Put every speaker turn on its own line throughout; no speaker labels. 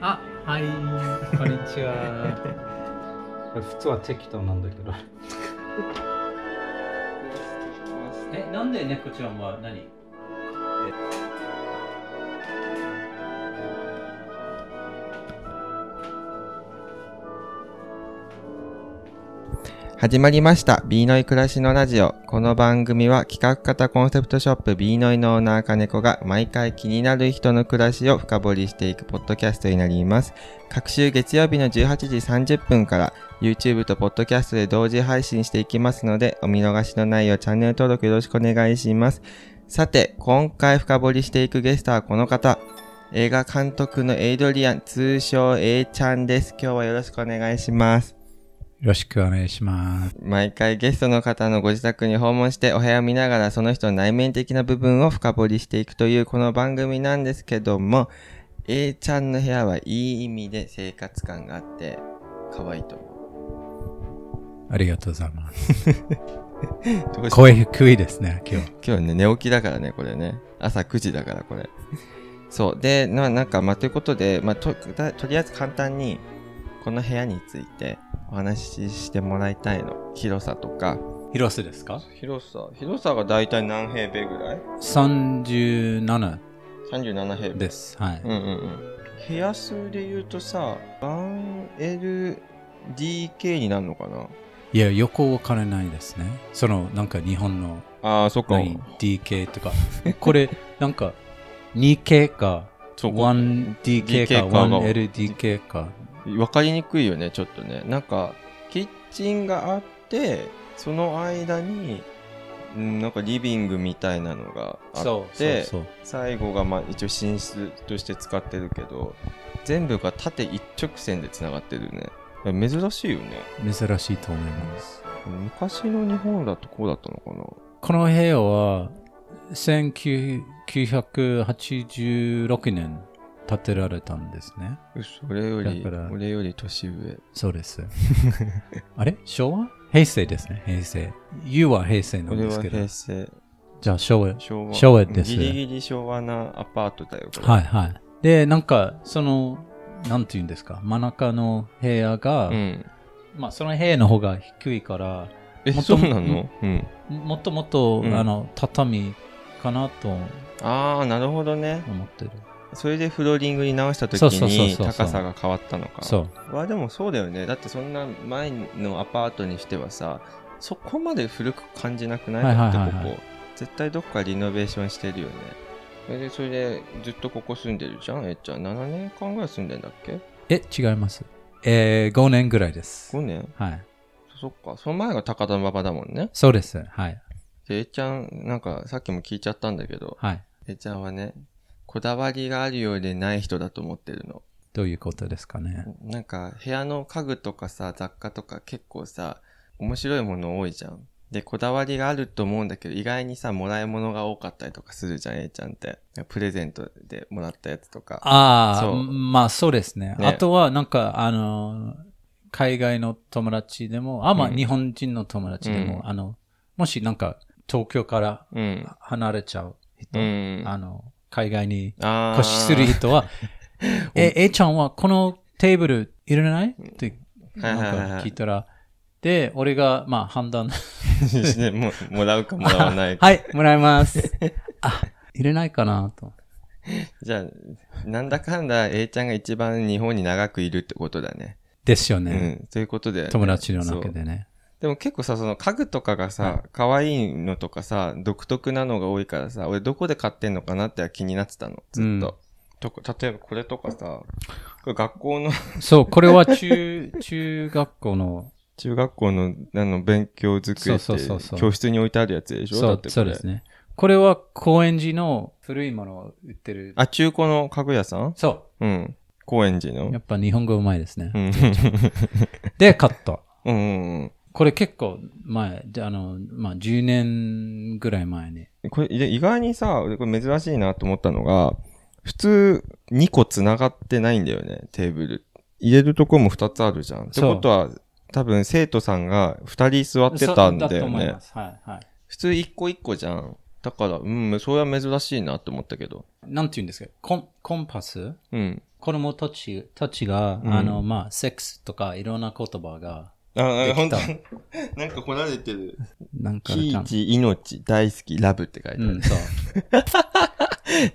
あ、はい、こんにちは。普通は適当なんだけど。え、なんで猫ちゃんは何
始まりました。ビーノイ暮らしのラジオ。この番組は企画型コンセプトショップビーノイのオーナー金子が毎回気になる人の暮らしを深掘りしていくポッドキャストになります。各週月曜日の18時30分から YouTube とポッドキャストで同時配信していきますので、お見逃しのないようチャンネル登録よろしくお願いします。さて、今回深掘りしていくゲストはこの方。映画監督のエイドリアン、通称 A ちゃんです。今日はよろしくお願いします。
よろしくお願いします。
毎回ゲストの方のご自宅に訪問してお部屋を見ながらその人の内面的な部分を深掘りしていくというこの番組なんですけども A ちゃんの部屋はいい意味で生活感があって可愛いと思
ありがとうございます。
うどうし
声低いですね、今日。
今日ね寝起きだからねこれね朝9時だからこれそうでななんかまあということで、まあ、とだとりあえず簡単にこの部屋についてお話ししてもらいたいの広さとか
広瀬ですか
広さ広さが大体何平米ぐらい
?37
37平米
です。はい。
うんうんうん部屋数で言うとさ 1LDK になるのかない
や、横わからないですね。その、なんか日本の
ああそっか
9DK とか。これ、なんか 2K か
そこ
1DK か
DK かの
1LDK か。
分かりにくいよねちょっとねなんかキッチンがあってその間にうんなんかリビングみたいなのがあって
そうそうそう。
最後がまあ一応寝室として使ってるけど全部が縦一直線でつながってるね珍しいよね
珍しいと思います。
昔の日本だとこうだったのかな
この部屋は1986年建てられたんですね。
嘘俺より
だから
俺より年上
そうです。あれ昭和平成ですね。平成。U は平成なん
俺
です
は
けど
平。成
じゃあ昭和。は
昭和
昭和です
ギリギリ昭和なアパートだよこれ
いはい。で、なんか、その、なんていうんですか、真ん中の部屋が、
うん
まあその部屋の方が低いから、
え
もっ
そ
と
うなのうん
もっともっと、
うん
あの、畳かなと
ああなるほどね
思ってる。
それでフローリングに直した時
そうそうそう
に
そう
高さが変わったのか
そう。
まあでもそうだよねだってそんな前のアパートにしてはさそこまで古く感じなくない
はい
だ
は
っ
い
て
はいはい
ここ絶対どっかリノベーションしてるよねそれでそれでずっとここ住んでるじゃんえっちゃん7年間ぐらい住んでんだっけ
え、違います。えー、5年ぐらいです
5。年
はい。
そっかその前が高田馬場だもんね
そうです。はい。
で、えいちゃん、なんかさっきも聞いちゃったんだけど、
はい。
えいちゃんはね、こだわりがあるようでない人だと思ってるの。
どういうことですかね。
なんか部屋の家具とかさ、雑貨とか結構さ、面白いもの多いじゃん。で、こだわりがあると思うんだけど、意外にさ、もらい物が多かったりとかするじゃん、えいちゃんって。プレゼントでもらったやつとか。
あ
そ
あ、
う
まあそうですね。
ね
あとは、なんか、あの、海外の友達でも、あ、まあ、
うん
日本人の友達でも、
うん
あの、もしなんか、東京から
うん。
離れちゃう人、
うん。
あの、海外に
あー
越しする 人は、え、えちゃんはこのテーブルいらないって、なん
はいはいはい
か聞いたら、で、俺が、まあ、判断、
ねも もらうかもらわないか。
はい、もらいます。あ、入れないかなと。
じゃあ、なんだかんだ、えいちゃんが一番日本に長くいるってことだね。
ですよ
う
ね。
ん。ということで、
友達の中でね。
でも結構さ、その家具とかが
は
さ、可愛いのとかさ、独特なのが多いからさ、俺どこで買ってんのかなっては気になってたの、ずっと。とか例えばこれとかさ、これ学校の、
そう、これは中、中学校の、
中学校のあの勉強机っ
そうそうそうそ
て、
う
教室に置いてあるやつでしょ
そ
だっ、
う
てこれ
そうですね。これは高円寺の古いものを売ってる。
あ、中古の家具屋さん
そ
うん。高円寺
う。や
の
っぱ日本語うまいですね。
うん。
で、買った。
うんうん
これ結構前、であの、まあ、10年ぐらい前に。
うん。これ、で意外にさ、俺これ珍しいなと思ったのが、普通2個繋がってないんだよね、テーブル。入れるとこも2つあるじゃん。って
そう
ことは、多分生徒さんが2人座ってたんだ
そう
よ
と思い
ね
ま。す。はい、はい。
普通1個1個じゃん。だから、うん、それは珍しいなと思ったけど。
なんて言うんですかコンコンパス
うん。
子供たちたちが、
うん
あの、まあ、セックスとかいろんな言葉が、
あ、なんか本当
で
に なんかこられてる。
なんか
キ
ちゃ
ー
ん、
チ、命、大好き、ラブって書いてあ
う
る。
ん、そう、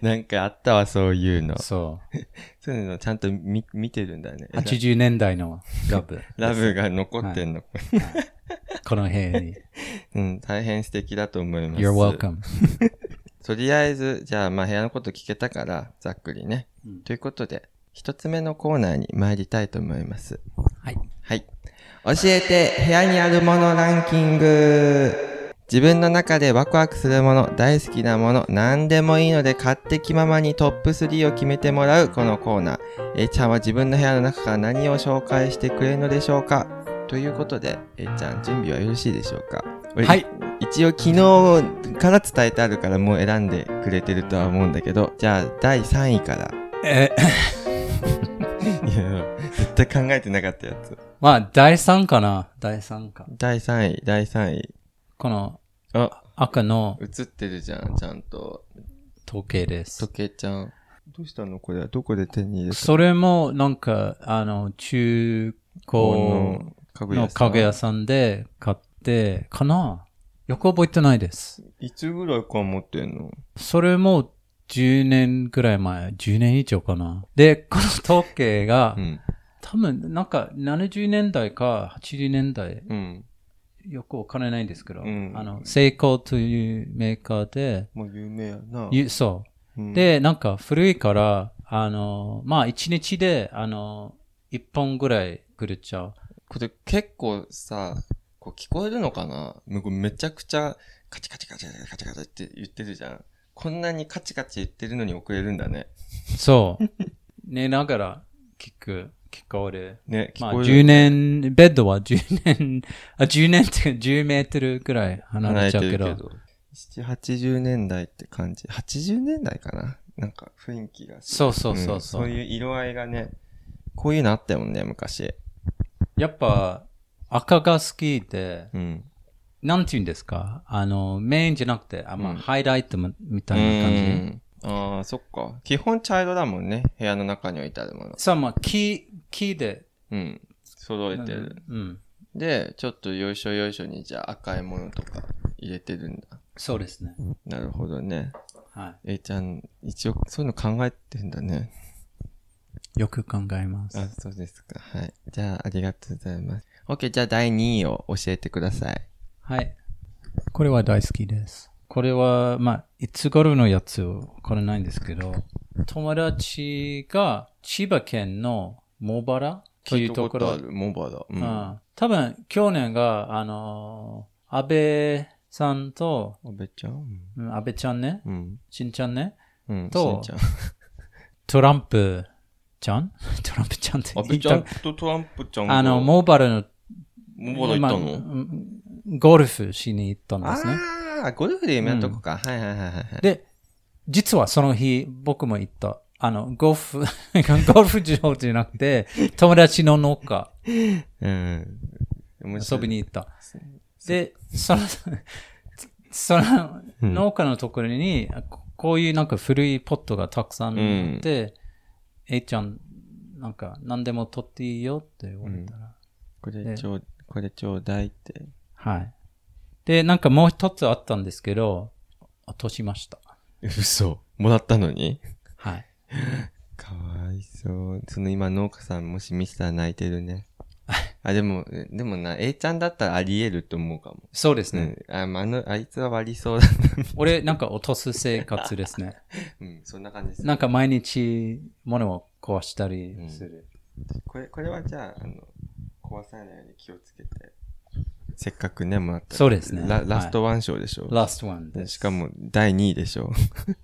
なんかあったわ、そういうの。
そ
そういうのちゃんと見見てるんだね
う。。80年代のラブ。
ラブが残ってんの。
この部 屋に。
うん、大変素敵だと思います。
You're welcome.
とりあえず、じゃあ、まあ部屋のこと聞けたから、ざっくりね。
うん
ということで、一つ目のコーナーに参りたいと思います。
はい。
はい。教えて、部屋にあるものランキング自分の中でワクワクするもの、大好きなもの、何でもいいので買って気ままにトップ3を決めてもらうこのコーナー。えいちゃんは自分の部屋の中から何を紹介してくれるのでしょうかということで、えいちゃん、準備はよろしいでしょうか
はい。
一応昨日から伝えてあるからもう選んでくれてるとは思うんだけど、じゃあ第3位から。
え、
いや、絶対考えてなかったやつ。
まあ、第3かな第3か。
第3位、第3位。
この
あ、
赤の
映ってるじゃん、ちゃんと。
時計です。
時計ちゃん。どうしたのこれはどこで手に入れた
それも、なんか、あの、中古
の家具屋
の
さん
家具屋さんで買って、かなよく覚えてないです。
いつぐらいから持ってんの
それも、10年ぐらい前、10年以上かな。で、この時計が
う、ん。
多分、なんか、70年代か80年代、
うん。
よくわからないんですけど、
うん
あの、セイコーというメーカーで、
もう有名やな。
ゆそう。
うん、
で、なんか古いから、あの、まあ一日で、あの、一本ぐらいくれちゃう。
これ結構さ、こう聞こえるのかなもうめちゃくちゃカチカチカチカチカチカチって言ってるじゃん。こんなにカチカチ言ってるのに遅れるんだね。
そう。寝ながら聞く、聞こえる。
ね、
ま
聞
あ
こえ
10
る。
年、ベッドは10年、あ、10年っていうか10メートルぐらい離
離
れ
れ
ち
て
ゃう
る
け
け
ど。
ど。7、80年代って感じ。80年代かななんか雰囲気がする。
そうそうそうそう。
んそういう色合いがね、こういうのあったもんね、昔。
やっぱ赤が好きで、
うん。
なんて言うんですかあの、メインじゃなくて、あまあ、
うん
ハイライトもみたいな感じ。
うんああ、そっか。基本茶色だもんね。部屋の中に置いてあるもの。
さあまあ、木、木で。
うん。揃えてる。
うん。
で、ちょっとよいしょよいしょにじゃあ赤いものとか入れてるんだ。
そうですね。
なるほどね。
は
えいちゃん、一応そういうの考えてんだね。
い。よく考えます。
あ、そうですか。はい。じゃあ、ありがとうございます。OK、じゃあ第2位を教えてください。
はい。これは大好きです。これは、まあ、いつ頃のやつを、これないんですけど、友達が千葉県の茂原というところ、
聞いたとある、モバだ。う。
うん
安
ん、多分去年が、あのー安倍さんと、
倍ちゃん
うん安倍ちゃんね、
うん。
しんちゃんね、
うん。
と
しんちゃん
トランプちゃん トランプちゃんって
安倍ちゃんとトランプちゃんが
あの、茂原の、
モバだ行ったの、
まあうんゴルフしに行ったんですね。
ああ、ゴルフで有名なとこか。はいはいはいはいはい。
で、実はその日、僕も行った。あの、ゴルフ、 ゴルフ場じゃなくて、友達の農 家、
うん。面白
遊
い
びに行った。
ですね
で、その、その
うん
農家のところに、ここういうなんか古いポットがたくさんあって、えいちゃん、なんか何でも取っていいよって言われたら、
これちょう、これちょうだいって。
はい。で、なんかもう一つあったんですけど、落としました。
嘘。もらったのに
はい。
かわいそう。その今農家さんもし見せたら泣いてる ね。あ、でも、えでもな、A ちゃんだったらあり得ると思うかも。
そうです
う
ね。
ん。あ、まああの、あいつは割りそうだな。
俺、なんか落とす生活ですね。
うん、そんな感じです。
なんか毎日物を壊したりする。
これ、これはじゃあ、あの、壊さないように気をつけて。せっかくね、もらった。
そうですね
ララストワン賞でしょ。
ラストワンで。
ですしかも第2位でしょ。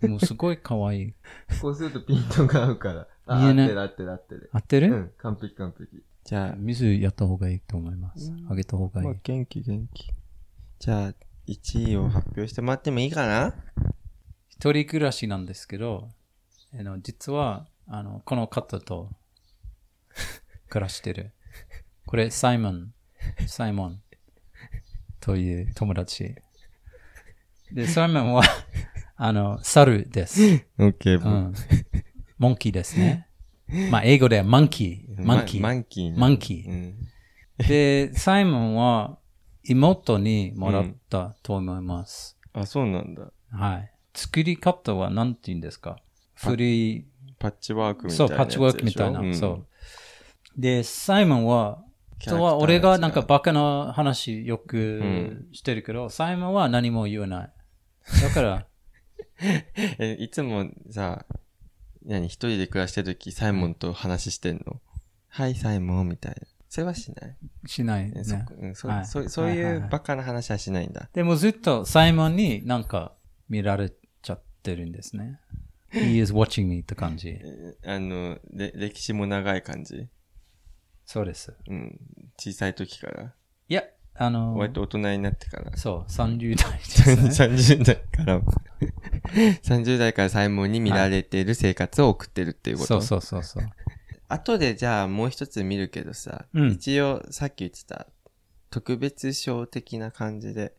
もうすごい可愛い。
そうするとピントが合うから。
あ見えない
合ってる合ってる
合ってる、
ん、完璧完璧。
じゃあ、
水やった方がいいと思います。あげた方がいい。
まあ、元気元気。じゃあ、1位を発表してもらってもいいかな
一人暮らしなんですけど、あの実はあのこの 方と暮らしてる。これ、サイモン。サイモン。という友達。で、サイモ ンは、あの、猿です。
オッケー、
うん。モンキーですね。まあ、英語でマンキー。マンキー。
マンキーな。
マンキー
うん。
で、サイモンは妹にもらったと思います。
あ、そうなんだ。
はい。作り方は何て言うんですか古い、
パッチワークみた
そ、
いうなやつでしょ。
パッチワークみたいな。
ん
そう。。で、サイモンは、
キャラクターのや
と
つ
は
が
俺がなんかバカな話よく
ん
してるけど、サイモンは何も言わない。だから、
え、いつもさ、何、一人で暮らしてるとき、サイモンと話してんのはい、サイモン、みたいな。それはしない。
しない、
え
ね。
そうんそ
はい
そうそう
はいはい
い
は
う
い
バカな話はしないんだ。
でもずっとサイモンになんか見られちゃってるんですね。He is watching me って感じ。
えあの、れ歴史も長い感じ。
そうです。
うん。小さい時から。
いや、あの、
割と大人になってから。
そう、30 代です、ね。
30代から。30代からサイモンに見られてる生活を送ってるっていうこと。
そうそうそうそう。
後でじゃあもう一つ見るけどさ、
うん
一応さっき言ってた特別賞的な感じで、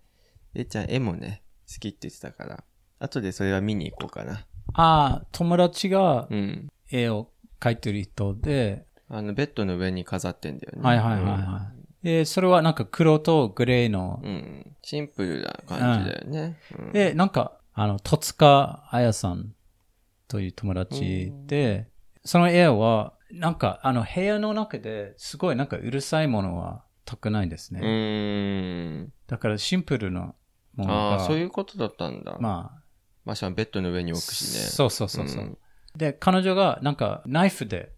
えいちゃん絵もね、好きって言ってたから、後でそれは見に行こうかな。
ああ、友達が
うん。
絵を描いてる人で、
あの、ベッドの上に飾ってんだよね。
はいはいはいはい。で、それはなんか黒とグレーの、
うん。うん。シンプルな感じだよね。うん
で、なんか、あの、戸塚彩さんという友達で、その絵は、なんか、あの、部屋の中ですごいなんかうるさいものはたくないんですね。
うーん。
だからシンプルなものが、
ああ、そういうことだったんだ。まあ、
まあ、
マシャンベッドの上に置くしね。
そうそうそうそう。
ん
で、彼女がなんかナイフで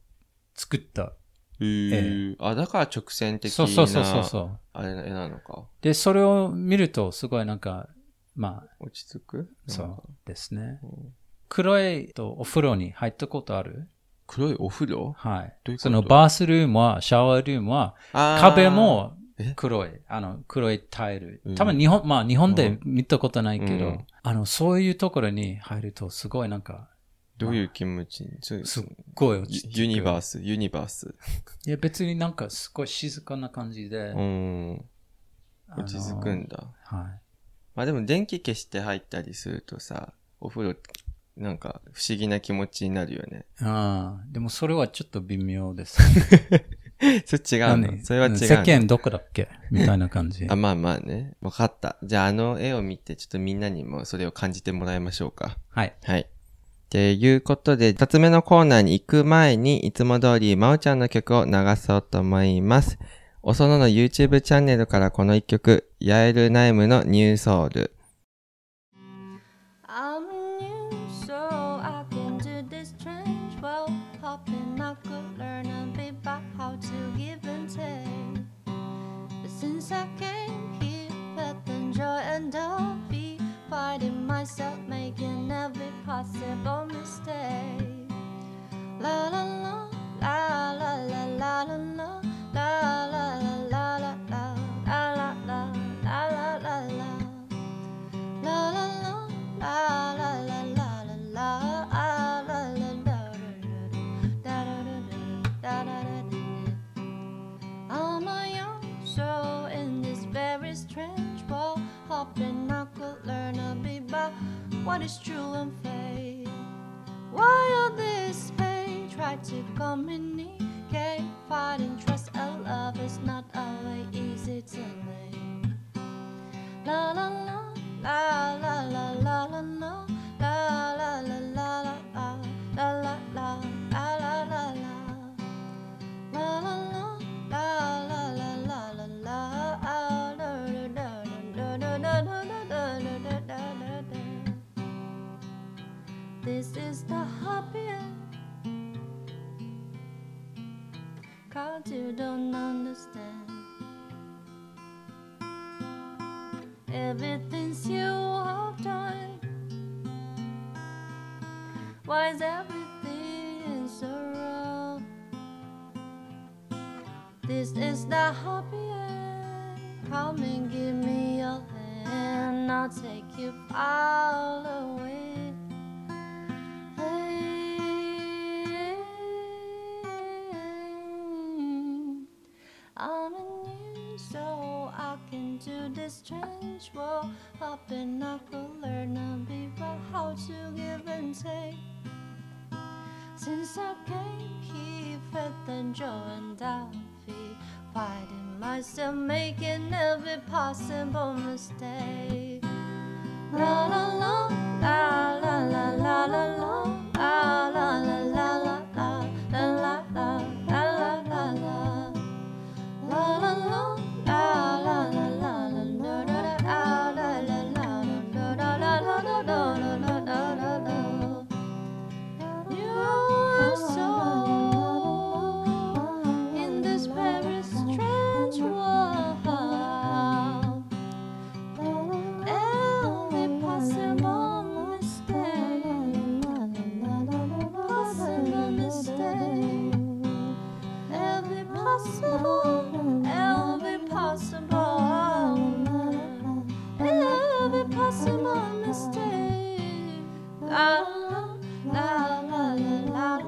作った。
へーあ、だから直線的
そ
な。
うそうそうそうそう。
あれ絵なのか。
で、それを見るとすごいなんか、まあ、
落ち着く
そうですね。
うん
黒いとお風呂に入ったことある
黒いお風呂
はい
どういうこと
そのバースルームは、シャワールームは、壁、も黒い、あの、黒いタイル
う。ん
多分日本、まあ日本で見たことないけど、
うん
あの、そういうところに入るとすごいなんか、
どういう気持ちにそう
すっごい落ち着く。
ユユニバース、ユニバース。
いや、別になんかすごい静かな感じで
う。ん。
あの
落ち着くんだ。
はい。
まあでも電気消して入ったりするとさ、お風呂、なんか不思議な気持ちになるよね。
ああ、でもそれはちょっと微妙です。
それ違う
何
のそれは違うの
世間どこだっけみたいな感じ。
あ、まあまあね。わかった。じゃああの絵を見て、ちょっとみんなにもそれを感じてもらいましょうか。
はい。
はい。っていうことで、二つ目のコーナーに行く前に、いつも通り、まおちゃんの曲を流そうと思います。おそのの YouTube チャンネルからこの一曲、ヤエル・ナイムのニューソウル。
I'm new, so I came to this strange world, hoping I could learn a bit about how to give and take. But since I came here, felt the joy and be fighting myself, making every possible mistake. La la la, la la la la la la, la la la la la la, la la la la la la. La la la la la la la la la la la la da da da da da da da da. I'm a young soul in this very strange world, hoping I could learn a bit about what is true and fake. While this page try to communicate, fighting trust and love is not always easy to make. La la la la la la la la la la la la la la la la la la la la la. La la la, la la la la la la, ah, da da da da da da da da da da da da da da. This is the happy end. Cause you don't understand. Everything's you have done. Why is everything so wrong? This is the happy end. Come and give me your hand. I'll take you all the way. Hey. I'm in you, so I can do this strange world. Hoping I could learn a bit about how to give and take. Since I came here, Fred and Joe and Daffy. Why am I still making every possible mistake? La la la la la la la la la la la la la la la la la la la la la la. Mistake. Every possible, every possible, every possible mistake. La la la la la la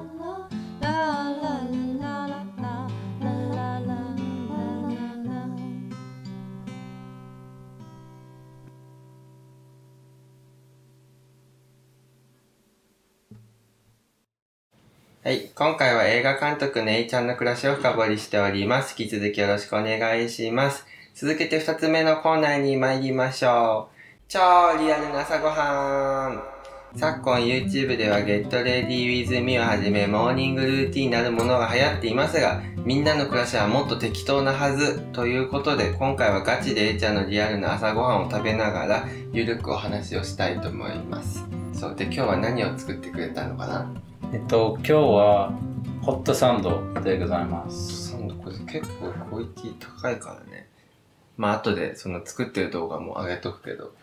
la la la la la la la la.
はい。今回は映画監督ネイちゃんの暮らしを深掘りしております。引き続きよろしくお願いします。続けて二つ目のコーナーに参りましょう。超リアルな朝ごはん昨今 YouTube では Get Ready With Me をはじめモーニングルーティンなるものが流行っていますが、みんなの暮らしはもっと適当なはずということで、今回はガチで A ちゃんのリアルな朝ごはんを食べながら、ゆるくお話をしたいと思います。そう。で、今日は何を作ってくれたのかな
えっと、今日はホットサンドでございます。
サンドこれ結構クオリティ高いからねまあ後でその作ってる動画も上げとくけど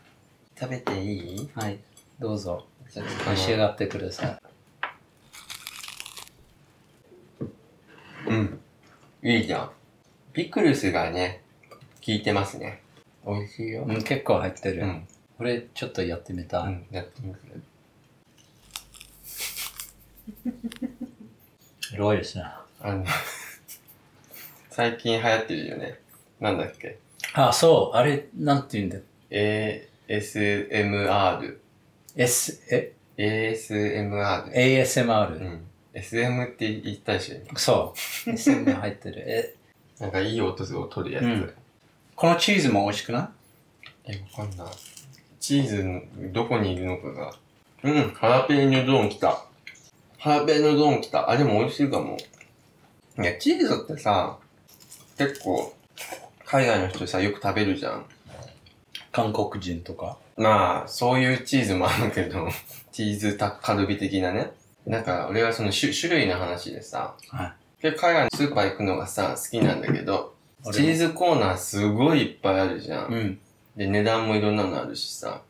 食べていい
はい、どうぞ、
じゃあ
召し上がってください。
うんいいじゃんピクルスがね効いてますね美味しいよ
うん、結構入って
う
る。
ん、
これ、ちょっとやってみたい。
うん、やってみる
ロイですね。
あの 最近流行ってるよねなんだっけ
あ、そう、あれ、なんて言うんだ
ASMR
S、え、
ASMR
ASMR。
うん SM って言ったでしょ今
そう。SM が入ってる。え、
なんかいい音を取るやつ、
うんこのチーズも美味しくな
え、わかんない。チーズのどこにいるのかが。うん、ハラペーニョゾーン来た。ハラペーニョゾーン来た。あ、でも美味しいかも。いや、チーズってさ、結構、海外の人さ、よく食べるじゃん。
い韓国人とか。
まあ、そういうチーズもあるけど、 チーズタッカルビ的なね。なんか、俺はその種種類の話でさ、
はい。
で海外のスーパー行くのがさ、好きなんだけど、
俺も
チーズコーナーすごいいっぱいあるじゃん。
うん。
で、値段もいろんなのあるしさ。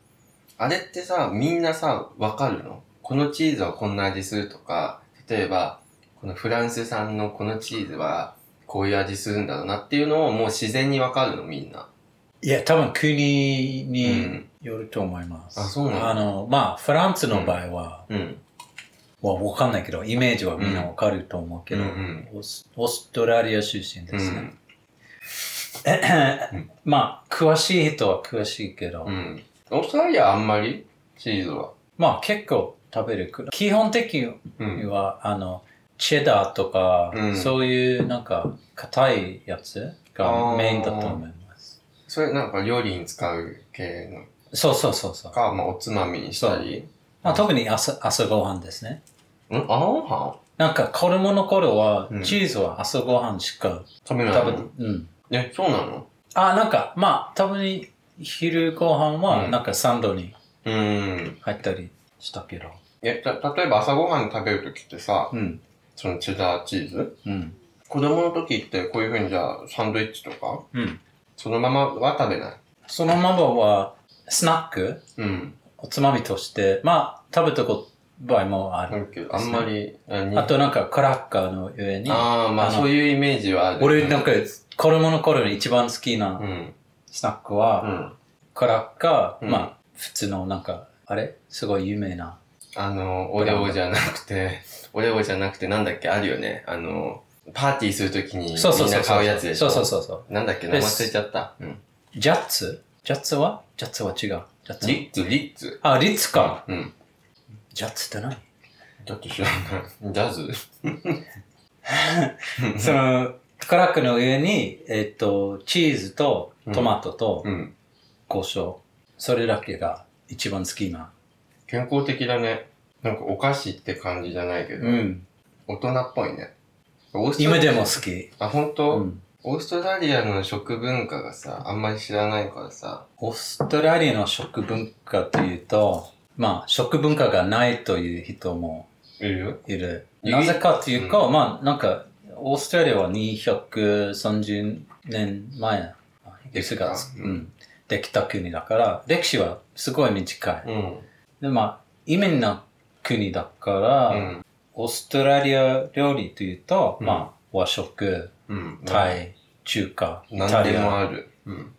あれってさ、みんなさ、わかるのこのチーズはこんな味するとか、例えば、このフランス産のこのチーズは、こういう味するんだろうなっていうのをもう自然にわかるの、みんな。
いや、多分国
う
に
ん
よると思います。
あそうなの
あの、まあ、フランスの場合は、
うん。
まあ、わかんないけど、イメージはみんなわかると思うけど、
うんうん
オスオーストラリア出身
う
ですね。
ん。
まあ、詳しい人は詳しいけど、
うん。オーストラリアはあんまりチーズは。
まあ、結構食べる。基本的に
うん。
は、あの、チェダーとか、
うん
そういうなんか、硬いやつ
あー
がメインだと思います。
それなんか料理に使う系の
そうそうそうそう。
か、まあおつまみにしたり。
まあ、特に朝朝ごはんですね。
んあごは
なんか子供の頃は
うん
チーズは朝ごはんしか
ん食べない
食べ、
の
うん。
え、そうなの
あ、なんかまあ多分昼ごはん
う
は
ん
なんかサンドに
うん。
入ったりしたけど。
え、た、例えば朝ごはん食べるときってさ、
うん。
そのチェダーチーズ
うん。
子供の時ってこういうふうにじゃあサンドイッチとか
うん。
そのままは食べない。
そのままはスナック、
うん。
おつまみとして、まあ食べた場合もあ
だ
る。
けど、あんまり、あに
あとなんかクラッカーの上に、
あーまあ
あの
そういうイメージはある。
俺なんか子供の頃に一番好き
う。
なんスナック
う
は、
ん。
クラッカー、
うん
まあ普通のなんか、あれすごい有名な。
あの、オレオじゃなくて、 オレオじゃなくてなんだっけあるよね。あの、パーティーするときにみ
そうそうんそ
な
う。
買うやつでしょ。
そうそうそう。
う。なんだっけ名前忘れちゃった。うん。
ジャッツジャッツはジャッツは違う。ジャッツ
リッツ、リッツ。
あ、リッツか。
うん。
ジャッツって何
だって知らない。ジャズ
その、カラックの上に、えっと、チーズとトマトと
うん。
胡椒。それだけが一番好きな。
健康的だね。なんかお菓子って感じじゃないけど、
うん。
大人っぽいね。オーストラ
今
リ
で
ア
も好き。
あ、本
う
当、
ん。
オーストラリアの食文化がさ、あんまり知らないからさ。
オーストラリアの食文化というと、まあ、食文化がないという人も
いるよ。
いる。
い
なぜかというか、まあ、なんか、オーストラリアは230年前ですが、
う
うんん、できた国だから、歴史はすごい短
う
い。
ん。
で、まあ、移民な国だから、
うん。
オーストラリア料理というと、
うん
まあ、和食、
うん。
タイ、中華、イタ
何
リ
でも
ア、
ある。うん。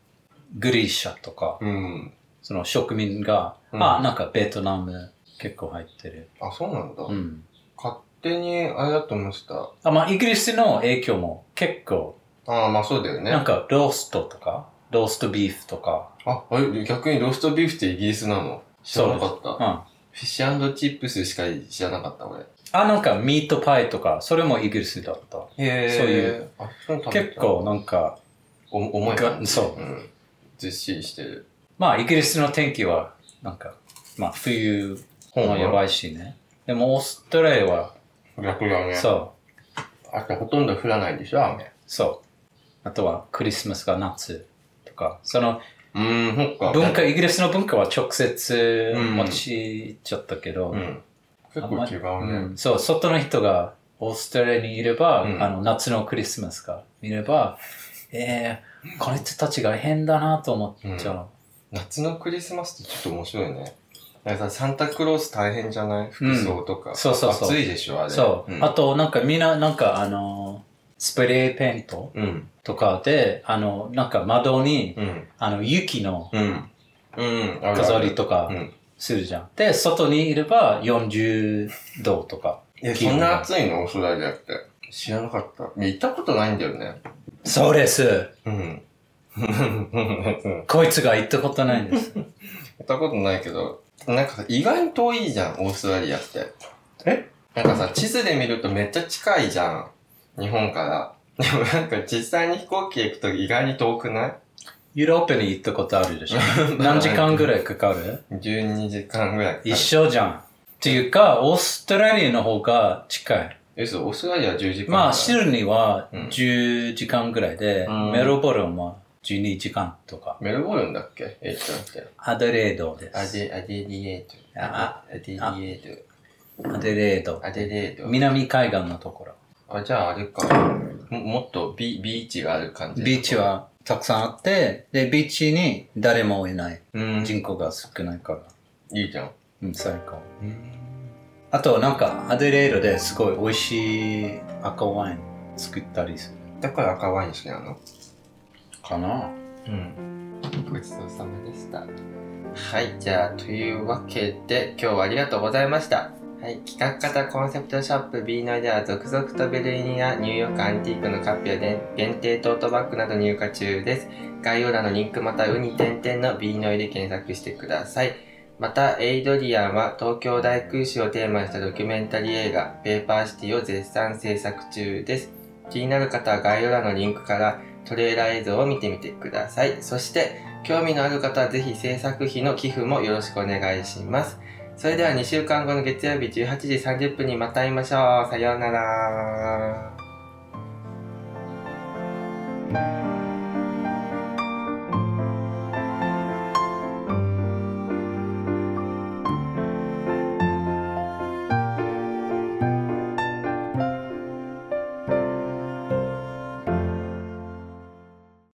グリシャとか、
うん。
その植民が、
うん
まあ、なんかベトナム結構入ってる。
あ、そうなんだ。
うん。
勝手にあれだと思ってた。
あまあ、イギリスの影響も結構
ああ、まあそうだよね。
なんかローストとか、ローストビーフとか、
あ、あれ逆にローストビーフってイギリスなの知らなかった。
うん。あ、
フィッシュチップスしか知らなかった、俺。
なんかミートパイとか、それもイギリスだった。
へ
ーそういう。
あ、そう食べた
結。構なんか、
お重い
が
な。
そう
うん。ずっしりしてる。
まあイギリスの天気は、なんか、まあ冬もやばいしね。でもオーストラリアは、
逆だね。う。
そ
あとほとんど降らないでしょ、雨
う。、そう。あとはクリスマスが夏とか、その
うーん、そっか。
文化、イギリスの文化は直接
うん
持ちちゃったけど、
うん。結構違
う
うんね。
そう、外の人がオーストラリアにいれば、
うん
あの夏のクリスマスが見れば、えー、この人たちが変だなと思っちゃう。
夏のクリスマスってちょっと面白いね。なんかさ、サンタクロース大変じゃない服装とか。
そうそうそう
暑いでしょ、あれ。
そう、
ん
あ、と、なんかみんな、なんかあの、スプレーペイント
うん。
とかで、あの、なんか窓に、
うん。
あの、雪の
うん。うん。あるある
飾りとか
うん。
するじゃん。で、外にいれば40度とか。
え、
気
そん
温が
な暑いのオーストラリアって。知らなかった。いや行ったことないんだよね。
そうです。
うん。行
こいつが行ったことないんです。
ったことないけど、なんかさ、意外に遠いじゃん、オーストラリアって。
え
なんかさ、地図で見るとめっちゃ近いじゃん。日本から。でもなんか実際に飛行機行くと意外に遠くない
ヨーロッパに行ったことあるで しょ何時間ぐらいかかる
?12 時間ぐらいかかる
一。緒じゃん。っていうか、オーストラリアの方が近い。
え、そう、オーストラリア10時間ぐらい。
まあ、シドニーは
うん
10時間ぐらいで、
うん
メロボルンは12時間とか。
メルボルンだっけえ、ちょっと待って。
アデレードで
ア
す。
デ、アデリエート。
あ
アデリエー
アデレード
ト。。アデリエート。
南海岸のところ。
あ、じゃああれか。ももっとビビーチがある感じ。
ビーチ。はたくさんあって、で、ビーチに誰もいない。
うん。
人口が少ないから。
いいじゃん。
うん、最高。
うん。
あと、なんか、アデレードですごい美味しい赤ワイン作ったりする。
だから赤ワイン好きなの
かな
うん。ごちそうさまでした。はい、じゃあ、というわけで、今日はありがとうございました。はい、企画型コンセプトショップ B のでは続々とベルリンやニューヨークアンティークのカップやで限定トートバッグなど入荷中です。概要欄のリンクまたはウニ点々の B のイで検索してください。また、エイドリアンは東京大空襲をテーマにしたドキュメンタリー映画、ペーパーシティを絶賛制作中です。気になる方は概要欄のリンクからトレーラー映像を見てみてください。そして、興味のある方はぜひ制作費の寄付もよろしくお願いします。それでは2週間後の月曜日18時30分にまた会いましょう。さようなら。